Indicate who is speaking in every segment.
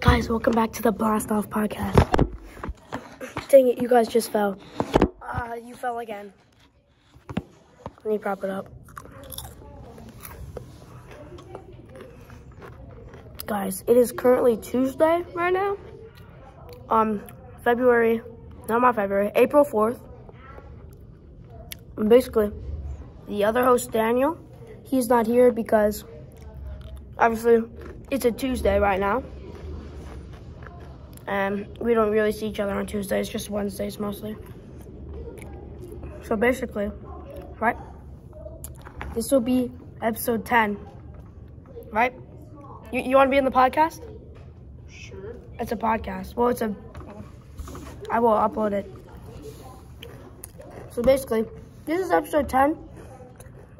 Speaker 1: Guys, welcome back to the Blast Off Podcast. Dang it, you guys just fell. Uh, you fell again. Let me prop it up. Guys, it is currently Tuesday right now. Um, February, not my February, April 4th. And basically, the other host, Daniel, he's not here because obviously it's a Tuesday right now. Um, we don't really see each other on Tuesdays, just Wednesdays mostly. So basically, right? This will be episode 10, right? You, you want to be in the podcast?
Speaker 2: Sure.
Speaker 1: It's a podcast. Well, it's a. I will upload it. So basically, this is episode 10,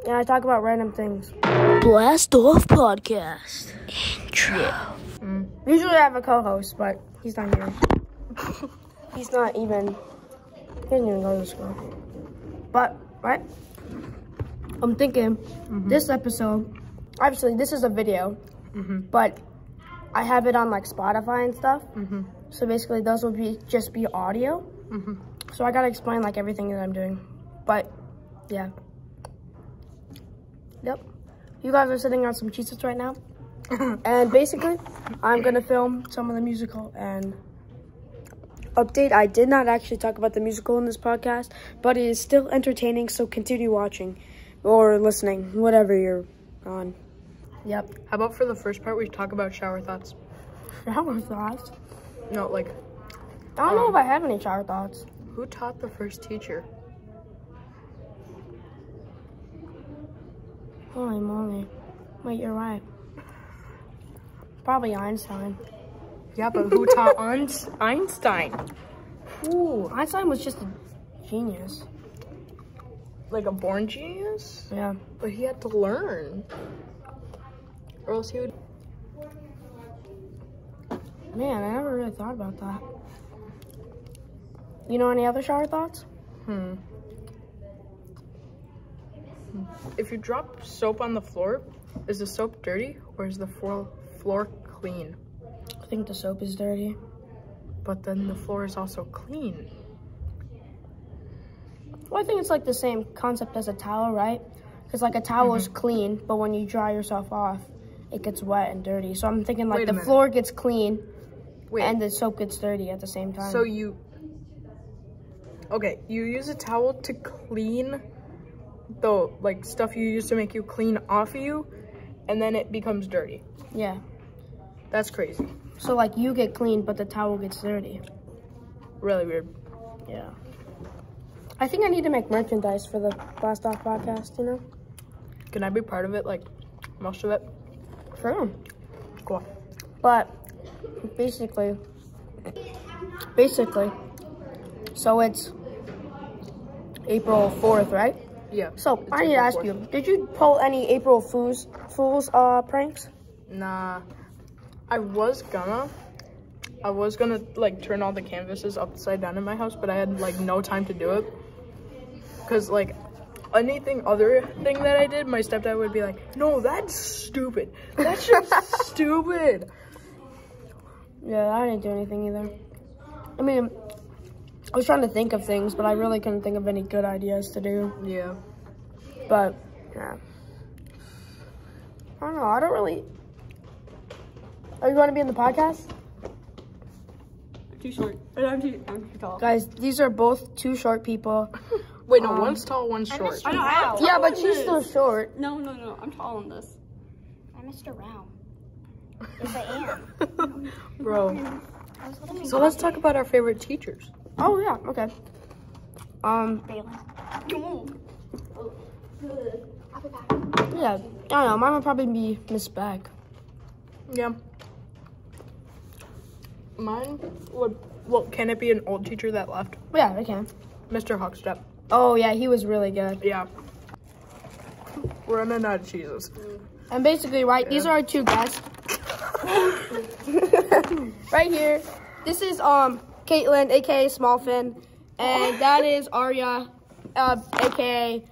Speaker 1: and I talk about random things.
Speaker 3: Blast Off Podcast.
Speaker 1: Usually I have a co-host, but he's not here. he's not even. He doesn't even go to school. But right, I'm thinking this episode. Obviously, this is a video, but I have it on like Spotify and stuff. So basically, those will be just be audio. So I gotta explain like everything that I'm doing, but yeah. Yep. You guys are sitting on some cheeses right now. And basically, I'm gonna film some of the musical and update. I did not actually talk about the musical in this podcast, but it is still entertaining. So continue watching or listening, whatever you're on. Yep.
Speaker 2: How about for the first part, we talk about shower thoughts?
Speaker 1: Shower thoughts.
Speaker 2: No, like,
Speaker 1: I don't know if I have any shower thoughts.
Speaker 2: who taught the first teacher?
Speaker 1: Holy moly! Wait, you're right. Probably Einstein.
Speaker 2: Yeah, but who taught Einst- Einstein?
Speaker 1: Ooh, Einstein was just a genius.
Speaker 2: Like a born genius?
Speaker 1: Yeah.
Speaker 2: But he had to learn. Or else he would.
Speaker 1: Man, I never really thought about that. You know any other shower thoughts?
Speaker 2: Hmm. If you drop soap on the floor, is the soap dirty or is the floor, floor clean?
Speaker 1: I think the soap is dirty.
Speaker 2: But then the floor is also clean.
Speaker 1: Well, I think it's like the same concept as a towel, right? Because like a towel
Speaker 2: Mm-hmm.
Speaker 1: is clean, but when you dry yourself off, it gets wet and dirty. So I'm thinking like
Speaker 2: Wait a
Speaker 1: the
Speaker 2: minute.
Speaker 1: floor gets clean
Speaker 2: Wait,
Speaker 1: and the soap gets dirty at the same time.
Speaker 2: So you Okay, you use a towel to clean the like stuff you use to make you clean off of you and then it becomes dirty.
Speaker 1: yeah.
Speaker 2: That's crazy.
Speaker 1: So like you get clean, but the towel gets dirty.
Speaker 2: Really weird.
Speaker 1: Yeah. I think I need to make merchandise for the Blast Off podcast. You know.
Speaker 2: Can I be part of it like most of it?
Speaker 1: Sure.
Speaker 2: Cool.
Speaker 1: But basically, basically, so it's April fourth, right?
Speaker 2: Yeah.
Speaker 1: So
Speaker 2: it's
Speaker 1: I need to
Speaker 2: April
Speaker 1: ask
Speaker 2: 4th.
Speaker 1: you: Did you pull any April Fools Fools uh, pranks?
Speaker 2: Nah. I was gonna I was gonna like turn all the canvases upside down in my house, but I had like no time to do it. Cause like anything other thing that I did, my stepdad would be like, No, that's stupid. That's just stupid.
Speaker 1: Yeah, I didn't do anything either. I mean, I was trying to think of things, but I really couldn't think of any good ideas to do.
Speaker 2: Yeah.
Speaker 1: But yeah, I don't know. I don't really. Are you going to be in the podcast,
Speaker 2: Too short. Oh, I'm too, I'm too tall. Oh,
Speaker 1: guys? These are both two short people.
Speaker 2: Wait, no, one's tall, one's short.
Speaker 4: I know, I have
Speaker 1: Yeah, but she's still short.
Speaker 4: No, no, no, I'm tall on this.
Speaker 5: I missed a round. Yes, I am.
Speaker 2: Bro.
Speaker 5: I was looking
Speaker 2: So let's talk about our favorite teachers.
Speaker 1: Oh yeah, okay. Um,
Speaker 5: at Balin. I'll be back.
Speaker 1: yeah, I don't know. Mine would probably be Miss Beck.
Speaker 2: Yeah. Mine would well, can it be an old teacher that left?
Speaker 1: Yeah, they can.
Speaker 2: Mr. Huckstep.
Speaker 1: Oh yeah, he was really good.
Speaker 2: Yeah. We're running out of cheeses.
Speaker 1: And basically, right, these are our two guests. right here. This is um Caitlin, aka Smallfin, and that is Arya, uh, aka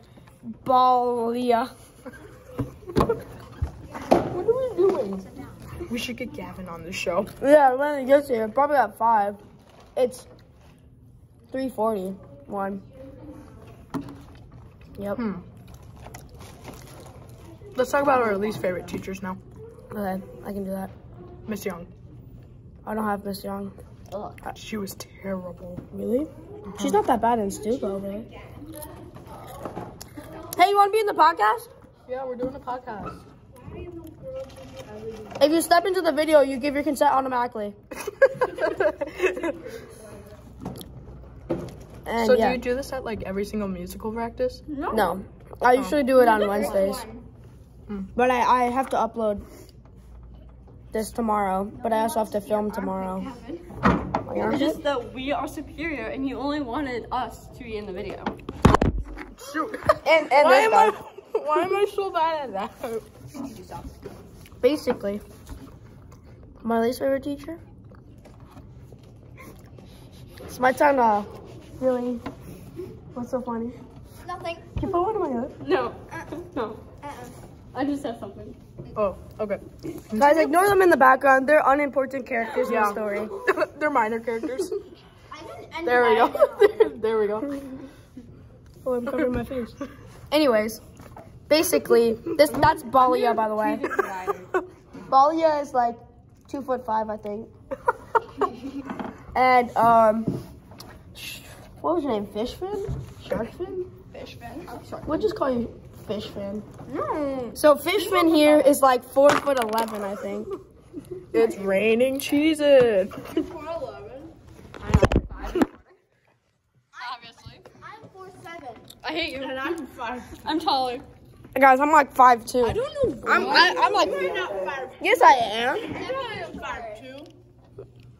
Speaker 1: Balia.
Speaker 2: What are we doing? We should get Gavin on the show.
Speaker 1: Yeah, when it gets here, probably at five. It's three forty one. Yep. Hmm.
Speaker 2: Let's talk about our least favorite teachers now.
Speaker 1: Okay, I can do that.
Speaker 2: Miss Young. Uh,
Speaker 1: I don't have Miss Young.
Speaker 2: She was terrible.
Speaker 1: Really? She's not that bad in Stuco, really. Hey, you want to be in the podcast?
Speaker 2: Yeah, we're doing a podcast.
Speaker 1: If you step into the video, you give your consent automatically. And
Speaker 2: so
Speaker 1: yeah,
Speaker 2: do you do this at like every single musical practice?
Speaker 1: no, I usually do it on Wednesdays, Hmm. but I, I have to upload this tomorrow. But I also have to film tomorrow.
Speaker 4: It's just that we are superior and you only wanted us to be in the video.
Speaker 2: Shoot.
Speaker 1: And and
Speaker 2: Why
Speaker 1: this
Speaker 2: am I
Speaker 1: guy.
Speaker 2: why am I so bad at that?
Speaker 1: basically my least favorite teacher. It's my turn. Uh, really, what's so funny?
Speaker 5: Nothing.
Speaker 1: Can you put one in my lip?
Speaker 4: No. No. I just said something.
Speaker 2: Oh, okay.
Speaker 1: Guys, ignore them in the background. They're unimportant characters in
Speaker 2: Yeah.
Speaker 1: the story.
Speaker 2: They're minor characters.
Speaker 5: I didn't end
Speaker 2: There we
Speaker 5: that.
Speaker 2: go. there we go.
Speaker 1: Oh, I'm covering my face. Anyways, basically, this that's Balia, by the way. Balia is like two foot five, I think. And um, sh- what was your name? Fishfin? Sharkfin? Fishfin. We'll just call you Fishfin. So Fishfin here is like four foot eleven, I think.
Speaker 2: It's raining cheeses.
Speaker 4: Obviously.
Speaker 5: I'm four seven.
Speaker 4: I hate you. And I'm five. I'm taller.
Speaker 1: Guys, I'm like five two.
Speaker 4: don't know.
Speaker 1: I'm I, I'm like yes I am.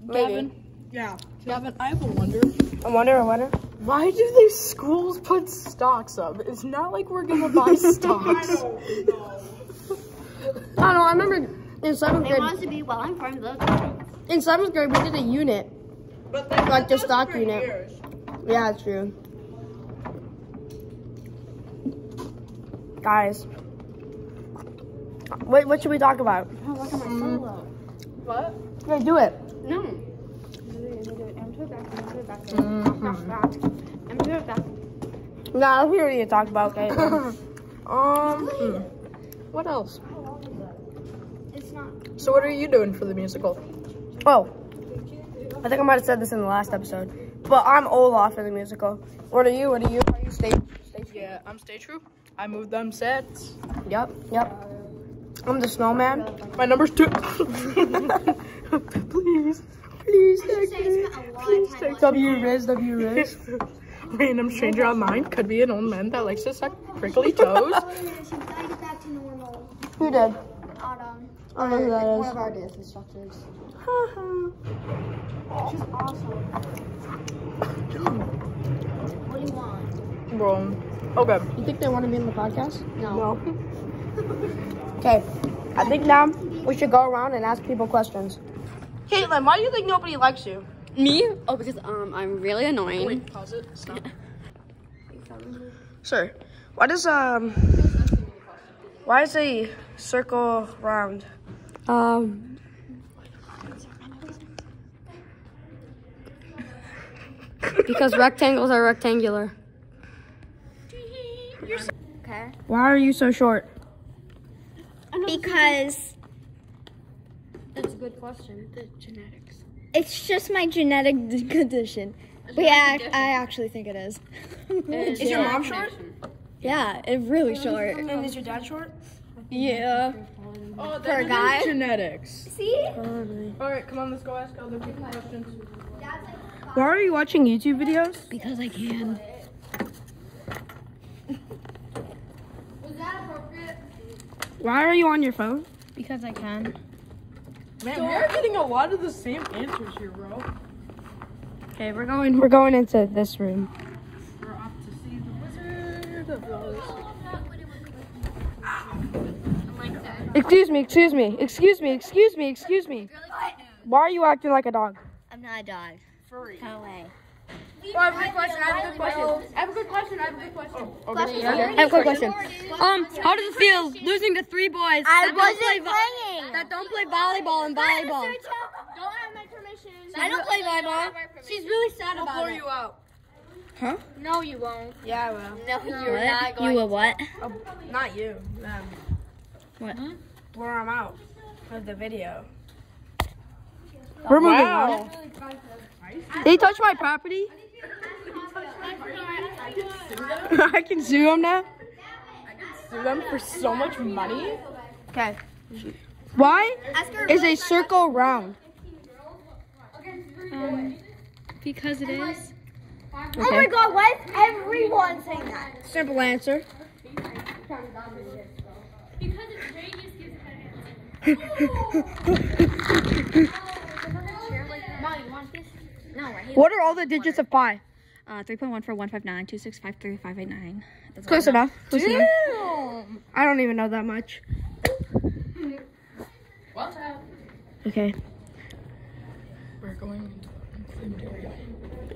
Speaker 1: Maybe.
Speaker 2: Yeah.
Speaker 4: Gavin, I have a wonder.
Speaker 1: I wonder. I wonder.
Speaker 2: Why do these schools put stocks up? It's not like we're gonna buy stocks.
Speaker 1: I don't know. I remember in seventh
Speaker 5: They
Speaker 1: grade.
Speaker 5: want us to be well informed. Though.
Speaker 1: In seventh grade, we did a unit,
Speaker 2: but
Speaker 1: like the stock unit. Yeah, it's true. Guys, what what should we talk about?
Speaker 4: Mm-hmm.
Speaker 2: What?
Speaker 1: Yeah, do it.
Speaker 4: No.
Speaker 1: Nah, we already talked about okay.
Speaker 2: Um. hmm. What else?
Speaker 5: It's not.
Speaker 2: So what are you doing for the musical?
Speaker 1: oh, I think I might have said this in the last episode, but I'm Olaf in the musical. What are you? What are you? Are you stage? stage?
Speaker 2: Yeah, I'm stage troupe. I moved them sets.
Speaker 1: Yep, yep. I'm the snowman.
Speaker 2: My number's two. please, please
Speaker 5: I
Speaker 2: take me.
Speaker 5: spent a lot of time. watching-
Speaker 1: W Riz, W Riz.
Speaker 2: Random stranger online could be an old man that likes to suck prickly toes.
Speaker 5: Oh, yeah, she's gotta get back to normal.
Speaker 1: Who did?
Speaker 5: Autumn.
Speaker 1: I don't know who
Speaker 6: One
Speaker 1: that
Speaker 6: of our dance instructors.
Speaker 5: She's awesome. What do you want?
Speaker 2: Bro. Okay.
Speaker 1: is. You think they want to be in the podcast?
Speaker 2: No.
Speaker 1: Okay, I think now we should go around and ask people questions. Caitlin, why do you think nobody likes you?
Speaker 4: Me? Oh, because um, I'm really annoying.
Speaker 2: Wait, pause it. Stop.
Speaker 1: Sure. Why does um, why is a circle round?
Speaker 4: Um. because rectangles are rectangular.
Speaker 1: Why are you so short?
Speaker 6: Because
Speaker 4: That's a good question. The genetics.
Speaker 6: it's just my genetic d- condition. But yeah, I, I actually think it is.
Speaker 1: Is your mom short?
Speaker 6: yeah, it's really short.
Speaker 1: And is your dad short?
Speaker 6: Yeah.
Speaker 2: Oh,
Speaker 6: For a guy?
Speaker 2: genetics.
Speaker 6: See?
Speaker 2: All right, come on, let's go ask other people questions.
Speaker 1: Why are you watching YouTube videos?
Speaker 6: Because I can.
Speaker 1: Why are you on your phone?
Speaker 6: Because I can.
Speaker 2: Man, we're getting a lot of the same answers here, bro.
Speaker 1: Okay, we're going. We're going into this room.
Speaker 2: We're off to see the Wizard of Oz.
Speaker 1: Excuse me. Excuse me. Excuse me. Excuse me. Excuse me. Why are you acting like a dog?
Speaker 6: I'm not a dog. Furry. No way.
Speaker 7: I have a good question. I have a good question. I have a good question. I have a good question.
Speaker 6: I have a quick question.
Speaker 7: Um, how does it feel losing to three boys
Speaker 5: I
Speaker 7: that don't play
Speaker 5: wasn't
Speaker 7: vo-
Speaker 5: playing.
Speaker 7: that don't play volleyball and volleyball?
Speaker 5: Don't have my permission.
Speaker 7: I don't play volleyball. She's really sad about it. you out.
Speaker 5: No, you won't.
Speaker 7: No, you're
Speaker 6: What? You were what?
Speaker 1: Oh, Not you. Them.
Speaker 6: What?
Speaker 1: Blur them out of the video.
Speaker 2: We're moving on.
Speaker 7: They touched my property.
Speaker 2: I can sue them now. I can sue them for so much money.
Speaker 7: Okay.
Speaker 2: Why is a circle round?
Speaker 6: Because it is.
Speaker 5: Oh my god, why is everyone saying that?
Speaker 2: Simple answer.
Speaker 5: Mom, you want this? No, right here.
Speaker 2: What are all the digits of pi?
Speaker 6: Uh, 3.141592653589.
Speaker 2: Close enough. Close enough. I don't even know that much.
Speaker 1: Okay.
Speaker 2: We're going into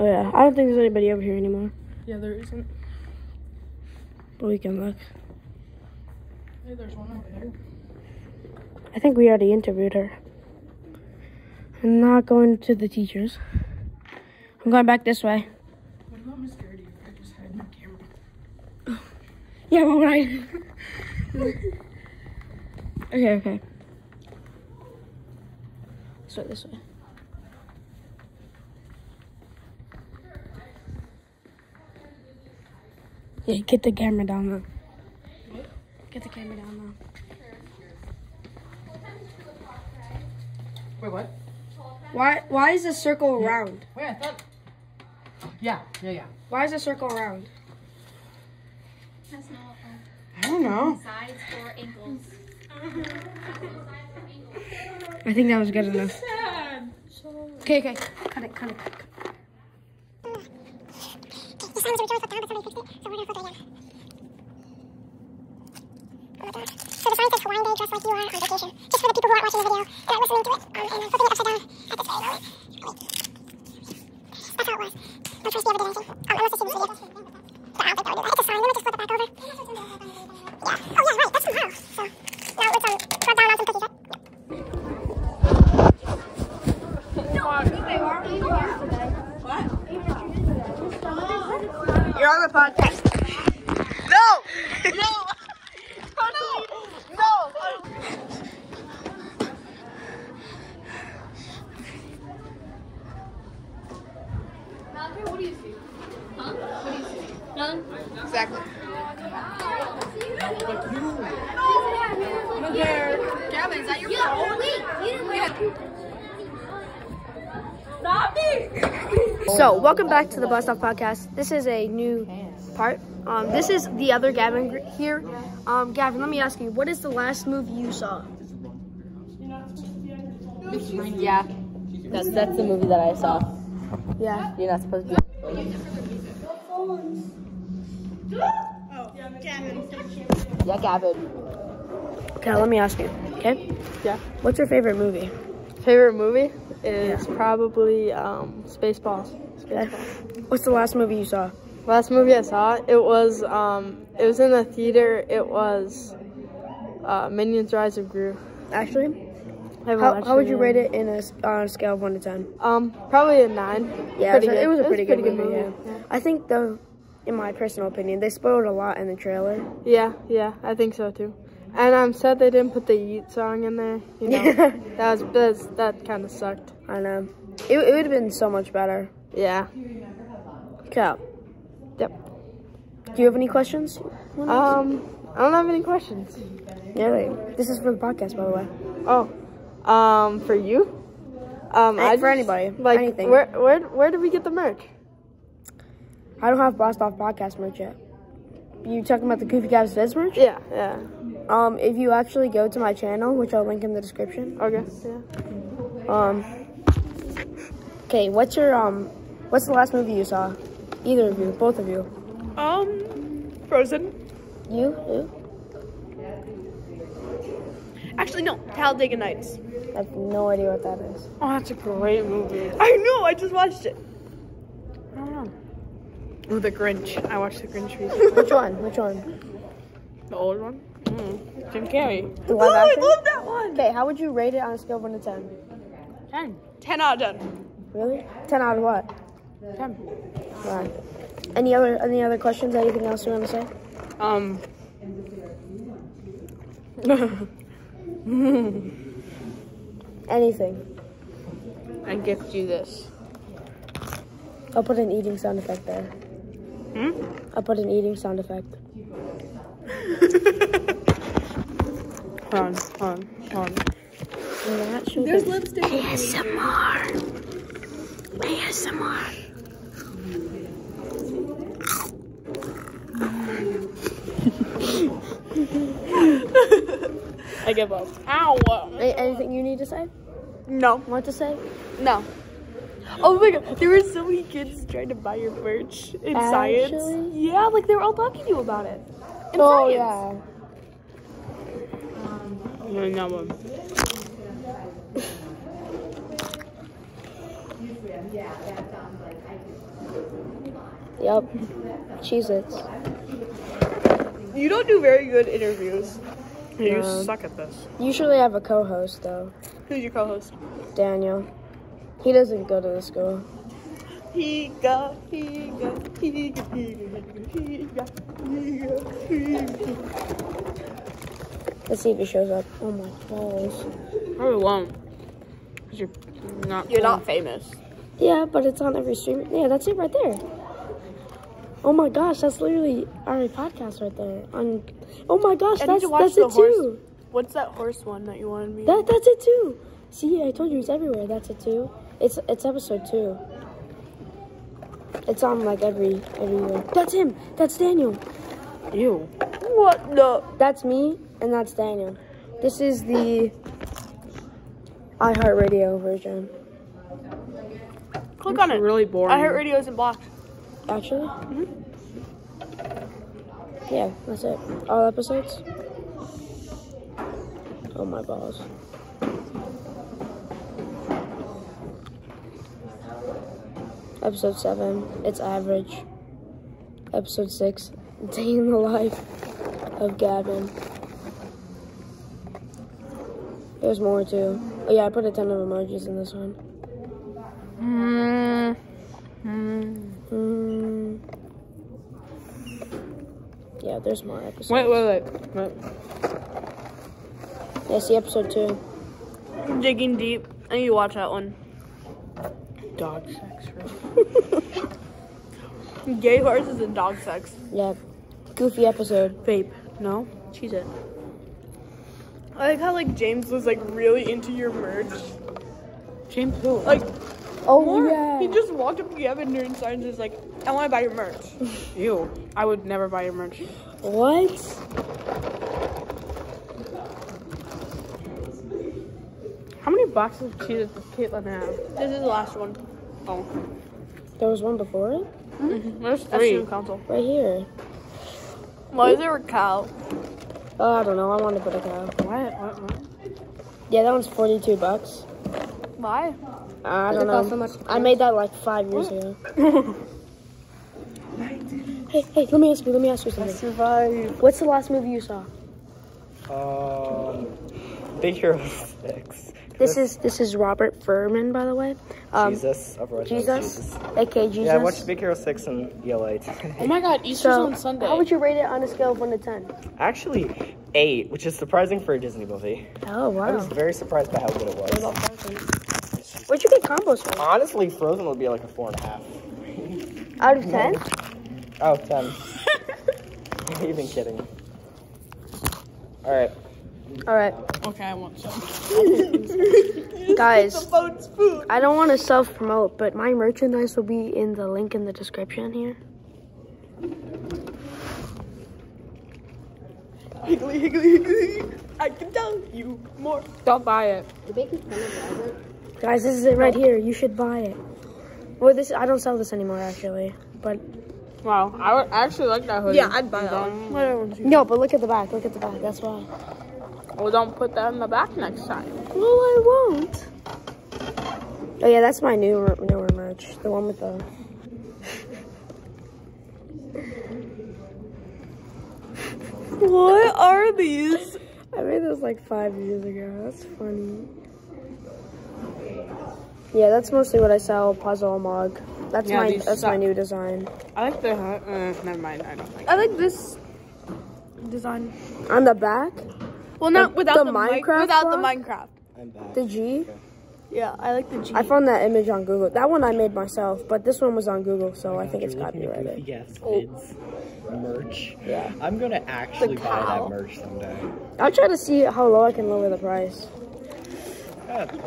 Speaker 1: Oh yeah. I don't think there's anybody over here anymore.
Speaker 2: Yeah, there isn't.
Speaker 1: But we can look.
Speaker 2: Hey, there's one over there.
Speaker 1: I think we already interviewed her. I'm not going to the teachers. I'm going back this way.
Speaker 2: What about Miss Gertie? I just had my camera.
Speaker 1: Yeah, but when I. okay, okay. Start this way. Yeah, get the camera down though. Get the camera down
Speaker 8: Wait, what?
Speaker 1: though. Why? Why is the circle round?
Speaker 8: Wait, I thought. Yeah, yeah, yeah.
Speaker 1: Why is the circle round?
Speaker 8: I don't know.
Speaker 1: I think that was good enough. Okay, okay. Cut it, cut it.
Speaker 5: So the sign says Hawaiian Day dressed like you are on vacation. Just for the people who aren't watching the video, they're listening to it, um, and I'm flipping it upside down at this very moment. That's how it was. But first, the other day, I think. Um, unless I see this video. But I don't think that would do that. It's a sign. Let me just flip it back over. Yeah. Oh, yeah, right. That's tomorrow. So, now let's, um, rub down on some cookies, right?
Speaker 1: So, welcome back to the Bus Stop Podcast. This is a new part. Um, this is the other Gavin gr- here. Um, Gavin, let me ask you, what is the last movie you saw?
Speaker 9: Yeah. That's that's the movie that I saw.
Speaker 1: Yeah.
Speaker 9: You're not supposed to. Yeah, Gavin.
Speaker 1: Okay, let me ask you. Okay.
Speaker 2: Yeah.
Speaker 1: What's your favorite movie?
Speaker 2: Favorite movie is probably um, Spaceballs.
Speaker 1: What's the last movie you saw?
Speaker 2: Last movie I saw, it was um, it was in the theater. It was uh, Minions: Rise of Gru.
Speaker 1: Actually,
Speaker 2: I haven't
Speaker 1: how,
Speaker 2: watched
Speaker 1: how would you
Speaker 2: yet.
Speaker 1: rate it in a s- on a scale of one to ten?
Speaker 2: Um, probably a nine.
Speaker 1: Yeah,
Speaker 2: Pretty
Speaker 1: it was, a- it was
Speaker 2: good.
Speaker 1: a pretty, good, movie. yeah. I think though, in my personal opinion, they spoiled a lot in the trailer.
Speaker 2: Yeah, yeah, I think so too. And I'm sad they didn't put the Yeet song in there. You know, that was that's, that kind of sucked.
Speaker 1: I know. It, it would have been so much better.
Speaker 2: Yeah.
Speaker 1: Okay.
Speaker 2: Yep.
Speaker 1: Do you have any questions?
Speaker 2: Um, I don't have any questions.
Speaker 1: Yeah, wait. This is for the podcast, by the way.
Speaker 2: Oh, um, for you? Um,
Speaker 1: Eh,
Speaker 2: I
Speaker 1: for
Speaker 2: just-
Speaker 1: anybody,
Speaker 2: Like,
Speaker 1: anything.
Speaker 2: where where where did we get the merch?
Speaker 1: I don't have Bossed Off podcast merch yet. You talking about the Goofy Gabs Viz merch?
Speaker 2: Yeah, yeah.
Speaker 1: Um, if you actually go to my channel, which I'll link in the description.
Speaker 2: Okay, yeah.
Speaker 1: Um. Okay, what's your um, what's the last movie you saw? Either of you, both of you.
Speaker 2: Um, Frozen.
Speaker 1: You? You?
Speaker 2: Actually, no, Talladega Nights.
Speaker 1: I have no idea what that is.
Speaker 2: Oh, that's a great movie. I know. I just watched it. I don't know. Ooh, The Grinch. I watched The Grinch recently.
Speaker 1: Which one? Which one?
Speaker 2: The old one? Mm. Jim Carrey.
Speaker 1: The live action? I love that one. Okay, how would you rate it on a scale of one to ten?
Speaker 2: 10 out of 10.
Speaker 1: Really? Ten out of what?
Speaker 2: 10.
Speaker 1: Right. Any other any other questions? Anything else you want to say?
Speaker 2: Um.
Speaker 1: Anything.
Speaker 9: I gift you this.
Speaker 1: I'll put an eating sound effect there. Hmm? I'll put an eating sound effect.
Speaker 2: Hold on, hold on, hold on. I give up. Ow!
Speaker 1: A- anything you need to say?
Speaker 2: No,
Speaker 1: Want to say?
Speaker 2: no. Oh my god, there were so many kids trying to buy your merch in science.
Speaker 1: Actually?
Speaker 2: Yeah, like they were all talking to you about it. In
Speaker 1: oh
Speaker 2: science.
Speaker 1: yeah.
Speaker 2: No one.
Speaker 1: Yep. Cheese it.
Speaker 2: You don't do very good interviews. You suck at this.
Speaker 1: Usually I have a co-host though,
Speaker 2: Who's your co-host?
Speaker 1: Daniel. He doesn't go to the school.
Speaker 2: Higa, higa, higa, higa, higa, higa, higa.
Speaker 1: Let's see if he shows up. Oh my gosh.
Speaker 9: Probably won't. 'Cause You're not. You're not famous.
Speaker 1: Yeah, but it's on every stream. Yeah, that's it right there. Oh my gosh, that's literally our podcast right there. On. Oh my gosh,
Speaker 2: I
Speaker 1: that's
Speaker 2: need to watch
Speaker 1: that's
Speaker 2: the
Speaker 1: it
Speaker 2: horse-
Speaker 1: too.
Speaker 2: What's that horse one that you wanted me?
Speaker 1: That that's it too. See, I told you it's everywhere. That's it too. It's it's episode two. It's on like every everywhere. That's him. That's Daniel.
Speaker 9: You.
Speaker 2: What the?
Speaker 1: That's me, and that's Daniel. This is the iHeartRadio version.
Speaker 2: Click on it.
Speaker 9: Really boring.
Speaker 2: I heard radios and blocks.
Speaker 1: Actually? Yeah, that's it. All episodes? Oh my balls. Episode 7, it's average. Episode 6, day in the life of Gavin. There's more too. Oh, yeah, I put a ton of emojis in this one. Mm. Yeah, there's more episodes.
Speaker 9: Wait, wait, wait. wait.
Speaker 1: Yeah, see episode two.
Speaker 2: Digging deep. I need to watch that one.
Speaker 9: Dog sex.
Speaker 2: Gay horses and dog sex.
Speaker 1: Yeah, goofy episode.
Speaker 2: Vape. No.
Speaker 9: Cheese it.
Speaker 2: I like how like James was like really into your merch.
Speaker 9: James who?
Speaker 2: Like
Speaker 1: Oh
Speaker 2: Mark,
Speaker 1: yeah.
Speaker 2: he just walked up to Gavin during science and was like, I want to buy your merch.
Speaker 9: You. I would never buy your merch.
Speaker 1: what?
Speaker 9: How many boxes of cheese does Caitlin have?
Speaker 2: This is the last one.
Speaker 9: Oh,
Speaker 1: There was one before it,
Speaker 9: there's
Speaker 2: That's
Speaker 9: three.
Speaker 2: new console.
Speaker 1: right here.
Speaker 2: Why is there a cow?
Speaker 1: Oh, I don't know. I want to put a cow.
Speaker 9: What? What? what?
Speaker 1: Yeah, that one's forty-two bucks.
Speaker 2: Why?
Speaker 1: I don't know. I made that like five years ago. hey, hey, let me ask you. Let me ask you something.
Speaker 10: survive.
Speaker 1: What's the last movie you saw?
Speaker 10: Um, Big Hero Six.
Speaker 1: This is this is Robert Furman, by the way. Um,
Speaker 10: Jesus. I've watched
Speaker 1: Jesus, aka Jesus.
Speaker 10: Yeah, I watched Big Hero Six E in ELA.
Speaker 9: Oh my god, Easter's
Speaker 1: So,
Speaker 9: on Sunday.
Speaker 1: how would you rate it on a scale of one to ten?
Speaker 10: Actually, eight, which is surprising for a Disney movie.
Speaker 1: Oh
Speaker 10: I was
Speaker 1: wow.
Speaker 10: very surprised by how good it was.
Speaker 1: Where'd you get combos from?
Speaker 10: Honestly, Frozen would be like a four and a half.
Speaker 1: Out of ten?
Speaker 10: Oh, ten. Are you even kidding? All right.
Speaker 1: All right.
Speaker 9: okay, I want some.
Speaker 1: guys i don't want to self-promote but my merchandise will be in the link in the description here
Speaker 2: Higgly, higgly, higgly. I can tell you more.
Speaker 9: Don't buy it.
Speaker 1: guys this is it right here you should buy it well this i don't sell this anymore actually but
Speaker 9: Wow, I would I actually like that hoodie.
Speaker 2: Yeah, I'd buy that
Speaker 9: Don't-
Speaker 1: no but look at the back look at the back Oh, that's why
Speaker 9: Well, don't put that in the back next time.
Speaker 1: well i won't oh yeah that's my new newer merch the one with the
Speaker 4: What are these?
Speaker 1: I made this like five years ago. That's funny. Yeah, that's mostly what I sell. Puzzle mug. That's
Speaker 8: Yeah,
Speaker 1: my
Speaker 8: these
Speaker 1: that's my
Speaker 8: suck.
Speaker 1: new design.
Speaker 8: I like the. Uh, never mind. I don't like.
Speaker 1: I like this design on the back.
Speaker 4: Well, not without
Speaker 1: the
Speaker 4: the, mic-
Speaker 1: Minecraft
Speaker 4: Without the
Speaker 1: one?
Speaker 4: Minecraft.
Speaker 10: I'm back.
Speaker 1: The G.
Speaker 4: Yeah, I like the G.
Speaker 1: I found that image on Google. That one I made myself, but this one was on Google, so I think it's copyrighted.
Speaker 10: Yes, kids. Merch. Yeah. I'm gonna actually buy that merch someday.
Speaker 1: I'll try to see how low I can lower the price.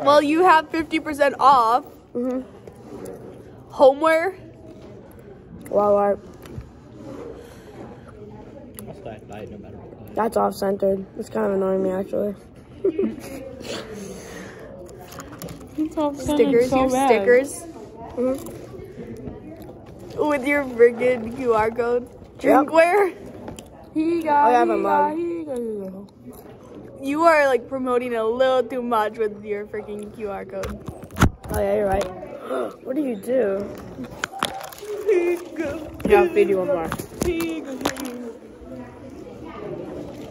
Speaker 4: well, you have 50% off.
Speaker 1: Mhm.
Speaker 4: Homeware.
Speaker 1: Wall art.
Speaker 10: I'll still buy it no matter what.
Speaker 1: That's off centered. It's kind of annoying me actually.
Speaker 4: Stickers. your stickers.
Speaker 1: Mm-hmm.
Speaker 4: With your friggin' QR code. Drinkware.
Speaker 1: Oh, I have a mug.
Speaker 4: You are like promoting a little too much with your freaking QR code.
Speaker 1: Oh yeah, you're right. What do you do?
Speaker 8: Yeah, I'll feed you one more.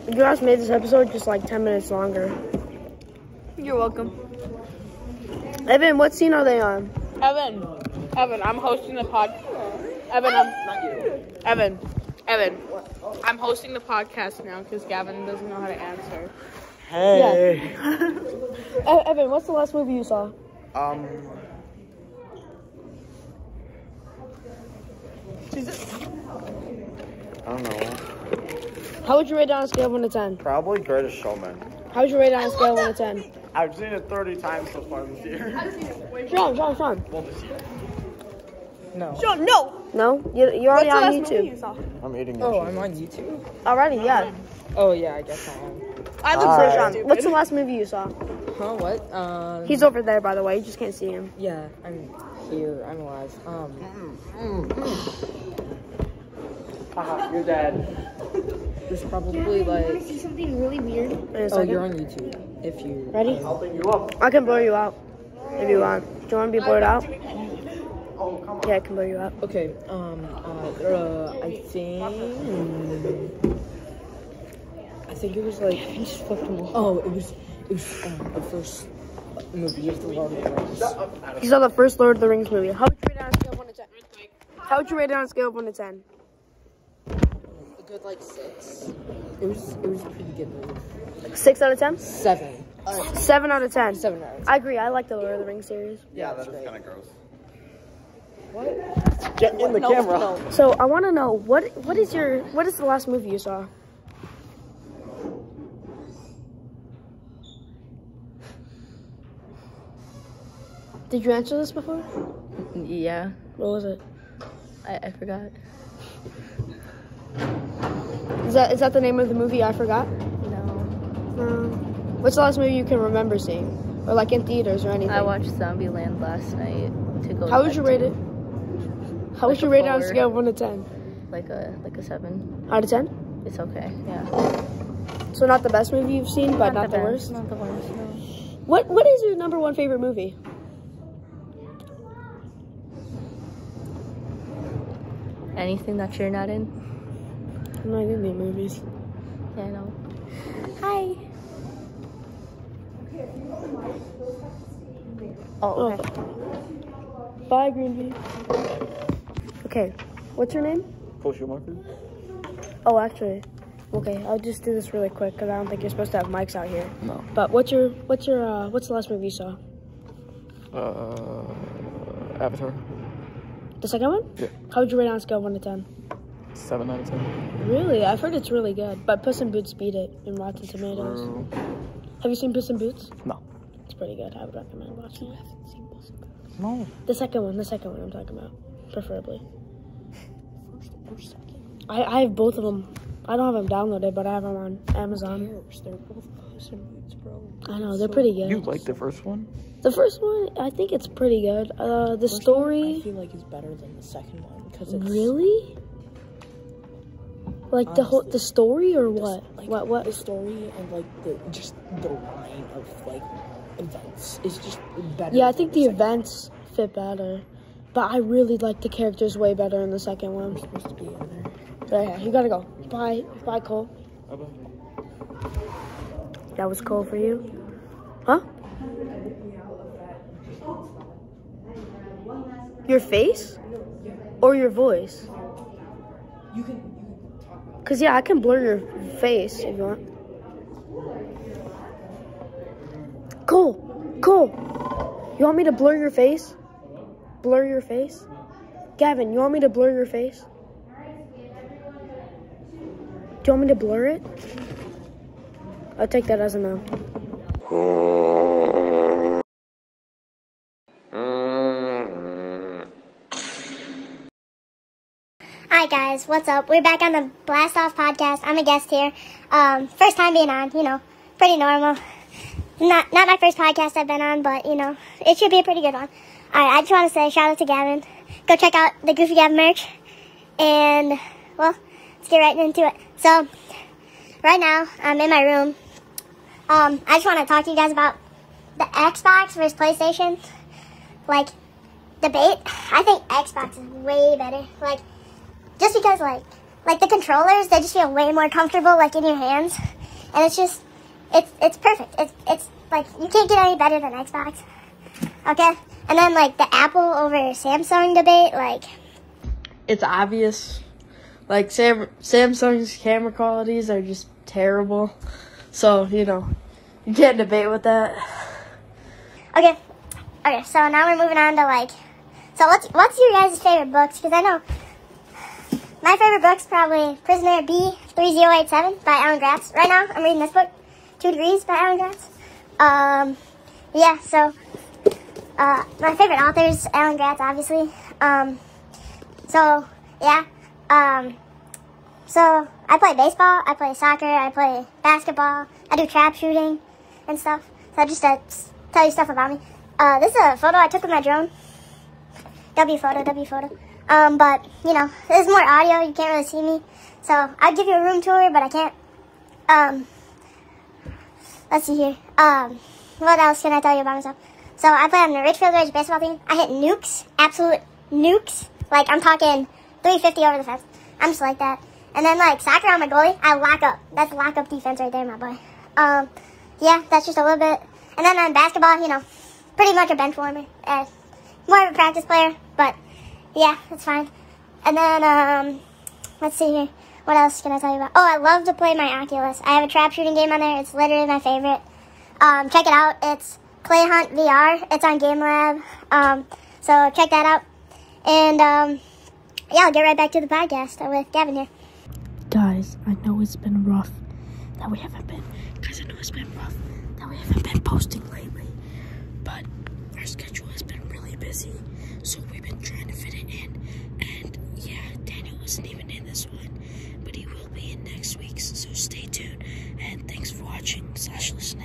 Speaker 1: You guys made this episode just like 10 minutes longer.
Speaker 4: You're welcome.
Speaker 1: Evan, what scene are they on?
Speaker 8: Evan, Evan, I'm hosting the pod. Evan, I'm Evan, Evan, I'm hosting the podcast now because Gavin doesn't know how to answer.
Speaker 10: Hey.
Speaker 1: E-, Evan, what's the last movie you saw?
Speaker 10: Um. I don't know.
Speaker 1: How would you rate it on a scale of 1 to 10?
Speaker 10: Probably Greatest Showman.
Speaker 1: How would you rate it on a scale of 1 to 10?
Speaker 10: I've seen it 30 times so far this year.
Speaker 1: Sean, Sean, Sean.
Speaker 10: well, this year.
Speaker 4: Sean, no.
Speaker 1: No? You, you're already
Speaker 4: What's the last
Speaker 1: on
Speaker 4: movie
Speaker 1: YouTube.
Speaker 4: you saw?
Speaker 10: I'm eating this.
Speaker 9: Oh, I'm on YouTube?
Speaker 1: Already, yeah.
Speaker 9: Oh, yeah, I guess I am.
Speaker 4: I look
Speaker 1: So,
Speaker 4: so
Speaker 1: Sean,
Speaker 4: stupid.
Speaker 1: what's the last movie you saw?
Speaker 9: Huh, what? Um,
Speaker 1: He's over there, by the way. You just can't see him.
Speaker 9: yeah, I'm here. I'm alive. Um,
Speaker 10: Haha, you're dead.
Speaker 9: there's probably like.
Speaker 1: Wait a
Speaker 9: Oh,
Speaker 1: second.
Speaker 9: you're on YouTube. If you.
Speaker 1: Ready?
Speaker 10: Helping you up.
Speaker 1: I can blur you out if you want. Do you want to be blurred out?
Speaker 10: Oh,
Speaker 1: Yeah, I can blur you out.
Speaker 9: Okay, um, uh, uh, I think. I think it was like. Oh, it was. It was um, the first movie of the Lord of the Rings.
Speaker 1: You saw the first Lord of the Rings movie. How would you rate it on a scale of 1 to 10? How would you rate it on a scale of 1 to 10?
Speaker 9: A good like six. It was. It was a pretty good movie.
Speaker 1: 6 out of 10?
Speaker 9: Seven.
Speaker 1: 7 out of 10.
Speaker 9: Seven hours.
Speaker 1: I agree. I like the Lord of the Rings series.
Speaker 10: Yeah, that is kind of gross.
Speaker 9: What?
Speaker 10: Get in the camera.
Speaker 1: So I want to know what what is your what is the last movie you saw? Did you answer this before?
Speaker 9: Yeah,
Speaker 1: What was it?
Speaker 9: I, I forgot.
Speaker 1: Is that is that the name of the movie? I forgot.
Speaker 9: No,
Speaker 1: Um, what's the last movie you can remember seeing, or like in theaters or anything?
Speaker 9: I watched Zombieland last night. To go
Speaker 1: How would
Speaker 9: back
Speaker 1: you
Speaker 9: to,
Speaker 1: rate it? How would
Speaker 9: Like
Speaker 1: you
Speaker 9: a
Speaker 1: rate it on a
Speaker 9: four.
Speaker 1: scale of one to ten?
Speaker 9: Like a like a seven.
Speaker 1: Out of ten.
Speaker 9: It's okay. Yeah.
Speaker 1: So not the best movie you've seen, but not, the,
Speaker 9: best,
Speaker 1: worst.
Speaker 9: Not the worst. No.
Speaker 1: What what is your number one favorite movie?
Speaker 9: Anything that you're not in.
Speaker 1: I'm not gonna be movies.
Speaker 9: Yeah, I know. Hi. Oh, okay.
Speaker 1: Bye, Green Okay, what's your name?
Speaker 10: Kosher marker?
Speaker 1: Oh, actually, okay. I'll just do this really quick because I don't think you're supposed to have mics out here. No. But what's your what's your uh, what's the last movie you saw?
Speaker 2: Uh, Avatar.
Speaker 1: The second one?
Speaker 2: Yeah.
Speaker 1: How would you rate it on a scale of one to ten?
Speaker 2: Seven out of ten.
Speaker 1: Really, I've heard it's really good. But Puss in Boots beat it in Rotten Tomatoes. Have you seen Puss in Boots?
Speaker 2: No.
Speaker 1: It's pretty good. I would recommend watching it. I haven't seen Puss in Boots.
Speaker 2: No.
Speaker 1: The second one, the second one I'm talking about, preferably. I, I have both of them. I don't have them downloaded, but I have them on Amazon. I know they're pretty good.
Speaker 2: You like the first one?
Speaker 1: The first one, I think it's pretty good. Uh, the
Speaker 9: I
Speaker 1: story,
Speaker 9: feel like it's better than the second one because it's
Speaker 1: really? Like the whole the story or what?
Speaker 9: like,
Speaker 1: What
Speaker 9: the
Speaker 1: what?
Speaker 9: story and like the just the line of like events is just better.
Speaker 1: Yeah, I
Speaker 9: than
Speaker 1: think the events fit better, but I really like the characters way better in the second one.
Speaker 9: second one. Supposed to be in there.
Speaker 1: But yeah, you gotta go. Bye, bye, Cole. That was cool for you? Huh? Your face? Or your voice? Cause yeah, I can blur your face if you want. Cool, cool. You want me to blur your face? Blur your face? Gavin, you want me to blur your face? Do you want me to blur it? I'll take that as a no.
Speaker 5: Hi guys, what's up? We're back on the Blast Off podcast. I'm a guest here. Um, first time being on, you know, pretty normal. Not not my first podcast I've been on, but you know, it should be a pretty good one. All right, I just want to say shout out to Gavin. Go check out the Goofy Gavin merch, and well, let's get right into it. So, right now I'm in my room. Um, I just want to talk to you guys about the Xbox versus PlayStation, like debate. I think Xbox is way better. Like just because like like the controllers they just feel way more comfortable like in your hands and it's just it's it's perfect it's it's like you can't get any better than xbox okay and then like the apple over samsung debate like
Speaker 11: It's obvious. Like Sam, Samsung's camera qualities are just terrible. So you know, you can't debate with that.
Speaker 5: okay okay so now we're moving on to like so what's what's your guys favorite books because i know my favorite book's probably prisoner b3087 by alan gratz right now i'm reading this book two degrees by alan gratz um yeah so uh, my favorite authors, Alan Gratz, obviously. Um, so yeah, um, so I play baseball, I play soccer, I play basketball, I do trap shooting and stuff. So just to s- tell you stuff about me, uh, this is a photo I took with my drone. W photo, W photo. Um, but you know, this is more audio. You can't really see me, so I'll give you a room tour, but I can't. Um, let's see here. Um, what else can I tell you about myself? So I play on the Richfield Rage baseball team. I hit nukes, absolute nukes. Like I'm talking 350 over the fence. I'm just like that. And then like soccer, I'm a goalie. I lock up. That's lock up defense right there, my boy. Um, yeah, that's just a little bit. And then on basketball, you know, pretty much a bench warmer, uh, more of a practice player. But yeah, that's fine. And then um, let's see here. What else can I tell you about? Oh, I love to play my Oculus. I have a trap shooting game on there. It's literally my favorite. Um, check it out. It's Clay Hunt VR. It's on Game Lab. Um, so check that out. And um, yeah, I'll get right back to the podcast with Gavin here.
Speaker 3: Guys, I know it's been rough that we haven't been. Guys, I know it's been rough that we haven't been posting lately. But our schedule has been really busy, so we've been trying to fit it in. And yeah, Daniel wasn't even in this one, but he will be in next week's. So stay tuned. And thanks for watching slash listening.